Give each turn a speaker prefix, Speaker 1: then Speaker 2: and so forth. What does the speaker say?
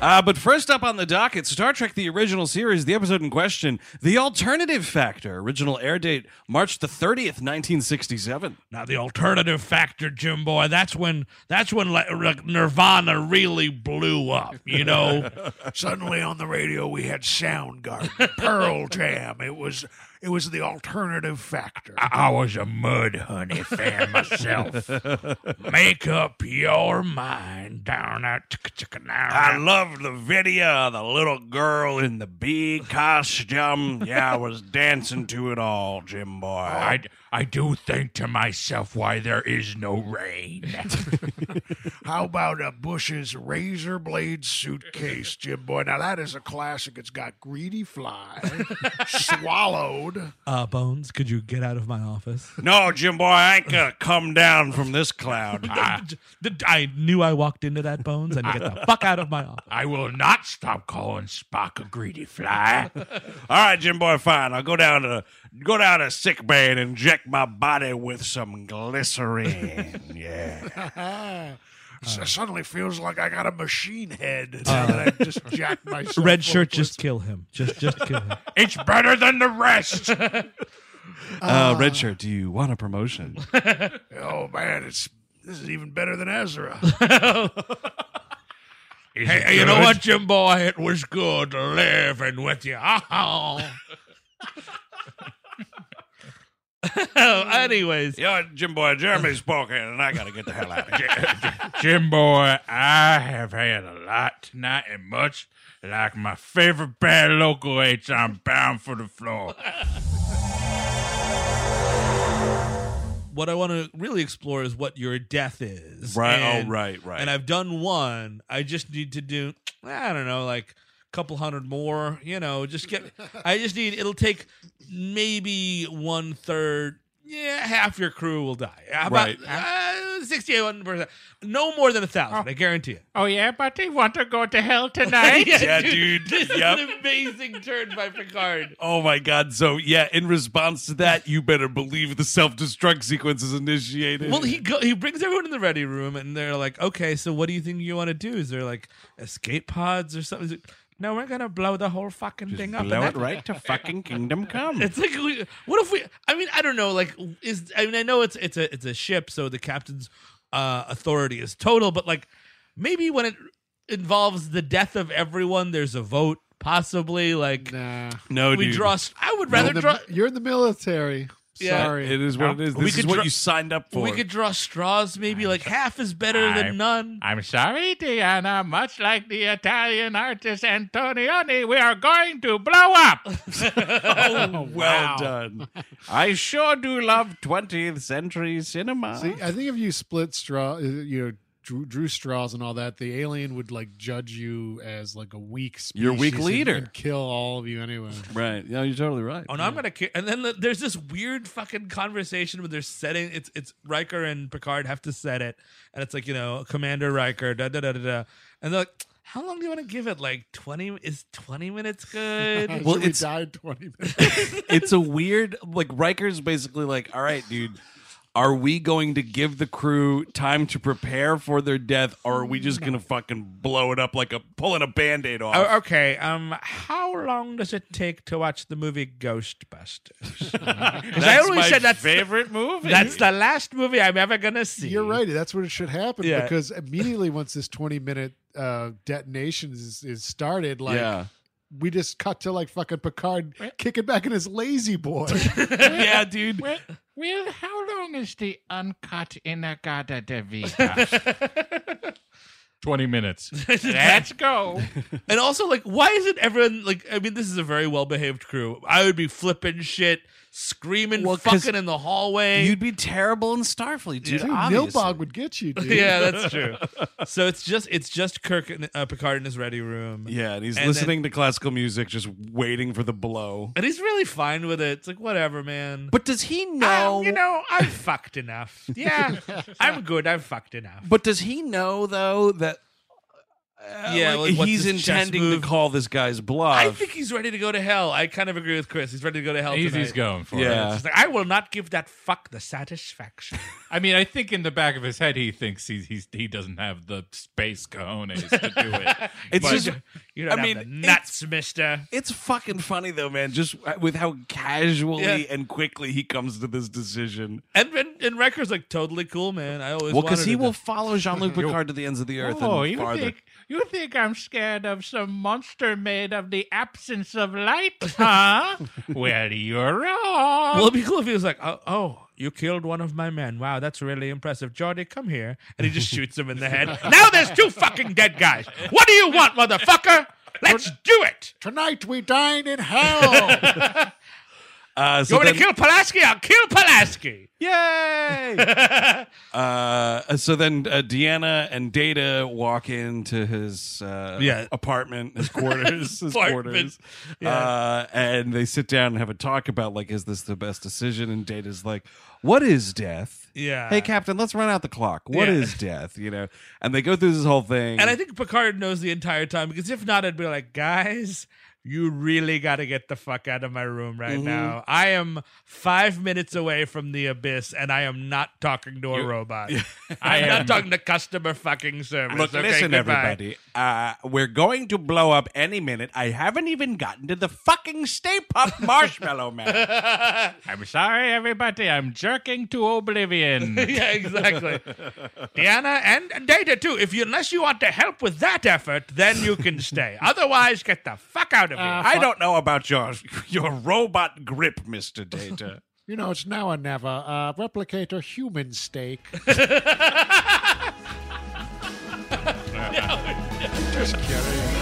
Speaker 1: Uh, but first up on the docket, Star Trek: The Original Series, the episode in question, "The Alternative Factor." Original air date March the thirtieth, nineteen sixty-seven.
Speaker 2: Now the alternative factor, Jim boy, that's when that's when like, like, Nirvana really blew up. You know,
Speaker 3: suddenly on the radio we had Soundgarden, Pearl Jam. It was it was the alternative factor.
Speaker 2: I, I was a Mud Honey fan myself. Make up your mind, down that.
Speaker 3: I loved the video of the little girl in the bee costume. Yeah, I was dancing to it all, Jim boy.
Speaker 2: I, I do think to myself why there is no rain.
Speaker 3: How about a Bush's razor blade suitcase, Jim boy? Now that is a classic. It's got greedy fly, swallowed.
Speaker 4: Uh, Bones, could you get out of my office?
Speaker 3: No, Jim boy, I ain't gonna come down from this cloud.
Speaker 4: I,
Speaker 2: Ah.
Speaker 4: I knew I walked into that, Bones. I need to get the fuck out of my office.
Speaker 2: I will not stop calling Spock a greedy fly.
Speaker 3: All right, Jim boy, fine. I'll go down to go down to sick bay and inject my body with some glycerine. yeah. S- suddenly feels like I got a machine head now that I just jacked myself.
Speaker 4: Red
Speaker 3: up
Speaker 4: shirt,
Speaker 3: with.
Speaker 4: just kill him. Just, just kill him.
Speaker 2: it's better than the rest.
Speaker 1: Uh, Redshirt, do you want a promotion?
Speaker 3: Oh man, it's this is even better than Ezra.
Speaker 2: Hey, you know what, Jim boy? It was good living with you.
Speaker 4: Anyways,
Speaker 3: you know, what, Jim boy, Jeremy's spoken, and I got to get the hell out of here.
Speaker 2: Jim boy, I have had a lot tonight, and much like my favorite band, Local H, I'm bound for the floor.
Speaker 4: what I want to really explore is what your death is.
Speaker 1: Right, oh,
Speaker 4: And,
Speaker 1: right, right.
Speaker 4: And I've done one. I just need to do. I don't know, like a couple hundred more. You know, just get. I just need. It'll take maybe one third. Yeah, half your crew will die. How
Speaker 1: Right.
Speaker 4: About sixty-one percent. No more than a thousand. I guarantee it.
Speaker 2: Oh, yeah, but they want to go to hell tonight.
Speaker 1: Yeah, dude.
Speaker 4: This
Speaker 1: Yep.
Speaker 4: is an amazing turn by Picard.
Speaker 1: Oh my god. So yeah, in response to that, you better believe the self-destruct sequence is initiated.
Speaker 4: Well, he go, he brings everyone in the ready room, and they're like, "Okay, so what do you think you want to do? Is there like escape pods or something?" He's like, no, we're gonna blow the whole fucking thing up. and
Speaker 1: blow it
Speaker 4: that's-
Speaker 1: right to fucking kingdom come.
Speaker 4: It's like, we, what if we? I mean, I don't know. Like, is I mean, I know it's it's a it's a ship, so the captain's uh, authority is total. But like, maybe when it involves the death of everyone, there's a vote, possibly. Like,
Speaker 5: Nah.
Speaker 1: no,
Speaker 4: we
Speaker 1: dude.
Speaker 4: draw. s- I would rather
Speaker 5: You're in the-
Speaker 4: draw.
Speaker 5: You're in the military.
Speaker 4: Yeah.
Speaker 5: Sorry.
Speaker 1: It is what it is.
Speaker 4: We
Speaker 1: This is
Speaker 4: could
Speaker 1: what
Speaker 4: dra-
Speaker 1: you signed up for.
Speaker 4: We could draw straws. Maybe like half is better
Speaker 2: I'm-
Speaker 4: than none.
Speaker 2: I'm sorry, Diana. Much like the Italian artist Antonioni, we are going to blow up.
Speaker 3: Oh,
Speaker 1: well done. I sure do love 20th century cinema.
Speaker 5: See, I think if you split straw, uh, you know, drew, drew straws and all that, the alien would like judge you as like a weak species.
Speaker 1: You're a weak
Speaker 5: and-
Speaker 1: leader.
Speaker 5: and kill all of you anyway.
Speaker 1: right. No, you're totally right.
Speaker 4: Oh no, I'm gonna. Ki- and then the, there's this weird fucking conversation where they're setting. It's it's Riker and Picard have to set it, and it's like you know Commander Riker da da da da da, and they're like, how long do you want to give it? Like twenty is twenty minutes good?
Speaker 1: Well,
Speaker 5: Well, we
Speaker 1: it's-
Speaker 5: died twenty minutes.
Speaker 1: it's a weird like Riker's basically like, all right, dude. Are we going to give the crew time to prepare for their death, or are we just gonna fucking blow it up like a pulling a band-aid off?
Speaker 4: Oh, okay. Um, how long does it take to watch the movie Ghostbusters? Because I
Speaker 1: That's
Speaker 4: always
Speaker 1: my
Speaker 4: said that's
Speaker 1: favorite movie.
Speaker 4: that's the last movie I'm ever gonna see.
Speaker 5: You're right. That's what it should happen
Speaker 4: Yeah.
Speaker 5: because immediately once this twenty minute uh, detonation is, is started, like
Speaker 1: yeah,
Speaker 5: we just cut to like fucking Picard kicking back in his lazy boy.
Speaker 1: yeah, dude.
Speaker 6: Well, well, how long is the uncut Inagada de Vita?
Speaker 2: 20 minutes.
Speaker 6: Let's go.
Speaker 4: And also, like, why isn't everyone like? I mean, this is a very well-behaved crew. I would be flipping shit, screaming,
Speaker 1: Well, 'cause
Speaker 4: fucking in the hallway.
Speaker 1: You'd be terrible in Starfleet, dude.
Speaker 5: Dude,
Speaker 1: obviously.
Speaker 5: Nilbog would get you, dude.
Speaker 4: yeah, that's true. so it's just it's just Kirk and uh, Picard in his ready room.
Speaker 1: Yeah, and he's
Speaker 4: And
Speaker 1: listening to classical music, just waiting for the blow.
Speaker 4: and he's really fine with it. It's like whatever, man.
Speaker 1: But does he know?
Speaker 4: Oh, you know, I'm fucked enough. Yeah, I'm good. I'm fucked enough.
Speaker 1: But does he know though that
Speaker 4: yeah, like, what's
Speaker 1: Uh, he's
Speaker 4: his chess
Speaker 1: intending
Speaker 4: move?
Speaker 1: to call this guy's bluff.
Speaker 4: I think he's ready to go to hell. I kind of agree with Chris. He's ready to go to hell.
Speaker 2: Easy's
Speaker 4: tonight.
Speaker 2: going for it.
Speaker 1: Yeah.
Speaker 4: It's like, I will not give that fuck the satisfaction.
Speaker 2: I mean, I think in the back of his head, he thinks he he's, he doesn't have the space cojones to do it.
Speaker 1: it's
Speaker 2: But-
Speaker 1: just
Speaker 4: You don't
Speaker 1: I
Speaker 4: have
Speaker 1: mean,
Speaker 4: the nuts, Mister.
Speaker 1: it's fucking funny though, man. Just uh, with how casually
Speaker 4: Yeah.
Speaker 1: and quickly he comes to this decision.
Speaker 4: And and, and Riker's like totally cool, man. I always
Speaker 1: Well, because
Speaker 4: wanted
Speaker 1: he
Speaker 4: him
Speaker 1: will
Speaker 4: to-
Speaker 1: follow Jean Luc Picard to the ends of the earth
Speaker 6: Oh,
Speaker 1: and
Speaker 6: you
Speaker 1: farther.
Speaker 6: think you think I'm scared of some monster made of the absence of light, huh? well, you're wrong.
Speaker 4: Well, it'd be cool if he was like, oh, oh, you killed one of my men. Wow, that's really impressive. Jordy, come here. And he just shoots him in the head. now there's two fucking dead guys. What do you want, motherfucker? Let's do it.
Speaker 5: Tonight we dine in hell.
Speaker 1: uh,
Speaker 4: You
Speaker 1: so
Speaker 4: want me
Speaker 1: then,
Speaker 4: to kill Pulaski? I'll kill Pulaski.
Speaker 1: yay! uh, so then uh, Deanna and Data walk into his uh,
Speaker 4: Yeah.
Speaker 1: apartment, his quarters, his
Speaker 4: Apartment.
Speaker 1: quarters, uh, and they sit down and have a talk about like, is this the best decision? And Data's like, what is death?
Speaker 4: Yeah.
Speaker 1: Hey, Captain, let's run out the clock. What
Speaker 4: Uh, Yeah.
Speaker 1: is death? You know, and they go through this whole thing.
Speaker 4: And I think Picard knows the entire time because if not, I'd be like, guys, you really got to get the fuck out of my room right
Speaker 1: Mm-hmm.
Speaker 4: now. I am five minutes away from the abyss and I am not talking to a robot. I am not talking to customer fucking service.
Speaker 1: Look,
Speaker 4: okay,
Speaker 1: listen,
Speaker 4: goodbye.
Speaker 1: everybody. Uh, we're going to blow up any minute. I haven't even gotten to the fucking Stay Puft Marshmallow Man.
Speaker 2: I'm sorry, everybody. I'm jerking to oblivion.
Speaker 4: yeah, exactly. Deanna and Data too. If you unless you want to help with that effort, then you can stay. Otherwise, get the fuck out of here.
Speaker 1: I don't know about your your robot grip, Mister Data.
Speaker 5: you know, it's now or never. Uh, replicator human steak. Just kidding.